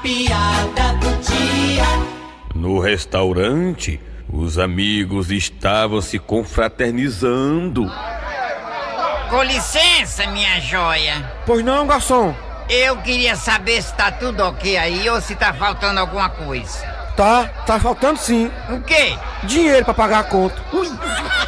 piada do dia. No restaurante, os amigos estavam se confraternizando. Com licença, minha joia. Pois não, garçom? Eu queria saber se tá tudo ok aí ou se tá faltando alguma coisa. Tá, tá faltando sim. O quê? Dinheiro pra pagar a conta. Ui.